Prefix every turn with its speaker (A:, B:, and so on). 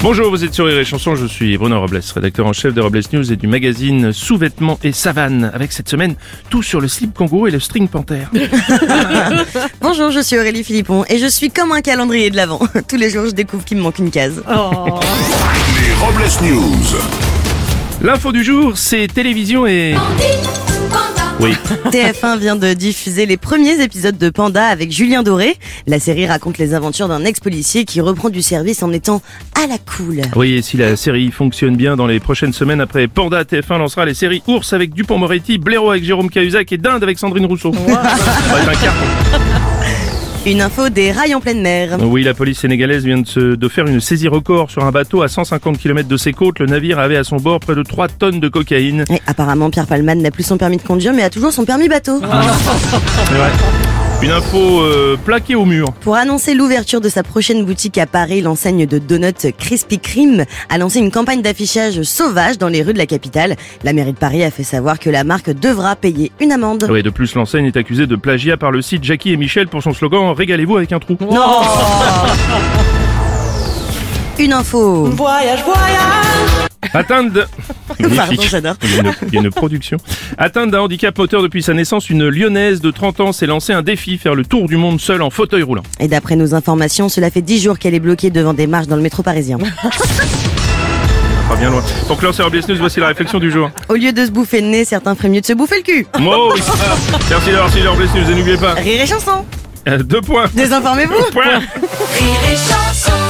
A: Bonjour, vous êtes sur Rire et Chanson, je suis Bruno Robles, rédacteur en chef de Robles News et du magazine Sous-vêtements et Savane, avec cette semaine tout sur le slip kangourou et le string panthère.
B: Bonjour, je suis Aurélie Philippon et je suis comme un calendrier de l'avant. Tous les jours, je découvre qu'il me manque une case.
C: Les Robles News.
A: L'info du jour, c'est télévision et... Oui,
B: TF1 vient de diffuser les premiers épisodes de Panda avec Julien Doré. La série raconte les aventures d'un ex-policier qui reprend du service en étant à la cool.
A: oui, et si la série fonctionne bien dans les prochaines semaines après Panda, TF1 lancera les séries Ours avec Dupont-Moretti, Blaireau avec Jérôme Cahuzac et Dinde avec Sandrine Rousseau. Ça va être un carton.
B: Une info des rails en pleine mer.
A: Oui, la police sénégalaise vient de, se- de faire une saisie record sur un bateau à 150 km de ses côtes. Le navire avait à son bord près de 3 tonnes de cocaïne.
B: Et apparemment, Pierre Palman n'a plus son permis de conduire mais a toujours son permis bateau.
A: Une info euh, plaquée au mur.
B: Pour annoncer l'ouverture de sa prochaine boutique à Paris, l'enseigne de donuts Krispy Kreme a lancé une campagne d'affichage sauvage dans les rues de la capitale. La mairie de Paris a fait savoir que la marque devra payer une amende.
A: Oui, Ah de plus, l'enseigne est accusée de plagiat par le site Jackie et Michel pour son slogan Régalez-vous avec un trou.
B: Une info.
A: Atteinte de...
B: Pardon, j'adore.
A: Il y a une- il y a une production. Atteinte d'un handicap moteur depuis sa naissance, une lyonnaise de 30 ans s'est lancée un défi faire le tour du monde seule en fauteuil roulant.
B: Et d'après nos informations, cela fait 10 jours qu'elle est bloquée devant des marches dans le métro parisien.
A: Pas bien loin. Pour clore sur Business, voici la réflexion du jour.
B: Au lieu de se bouffer le nez, certains feraient mieux de se bouffer le cul.
A: Moi, oui. Merci d'avoir suivi Business et n'oubliez pas.
B: Rire et chanson.
A: euh, deux points.
B: Désinformez-vous.
A: Point.
D: Rire et chanson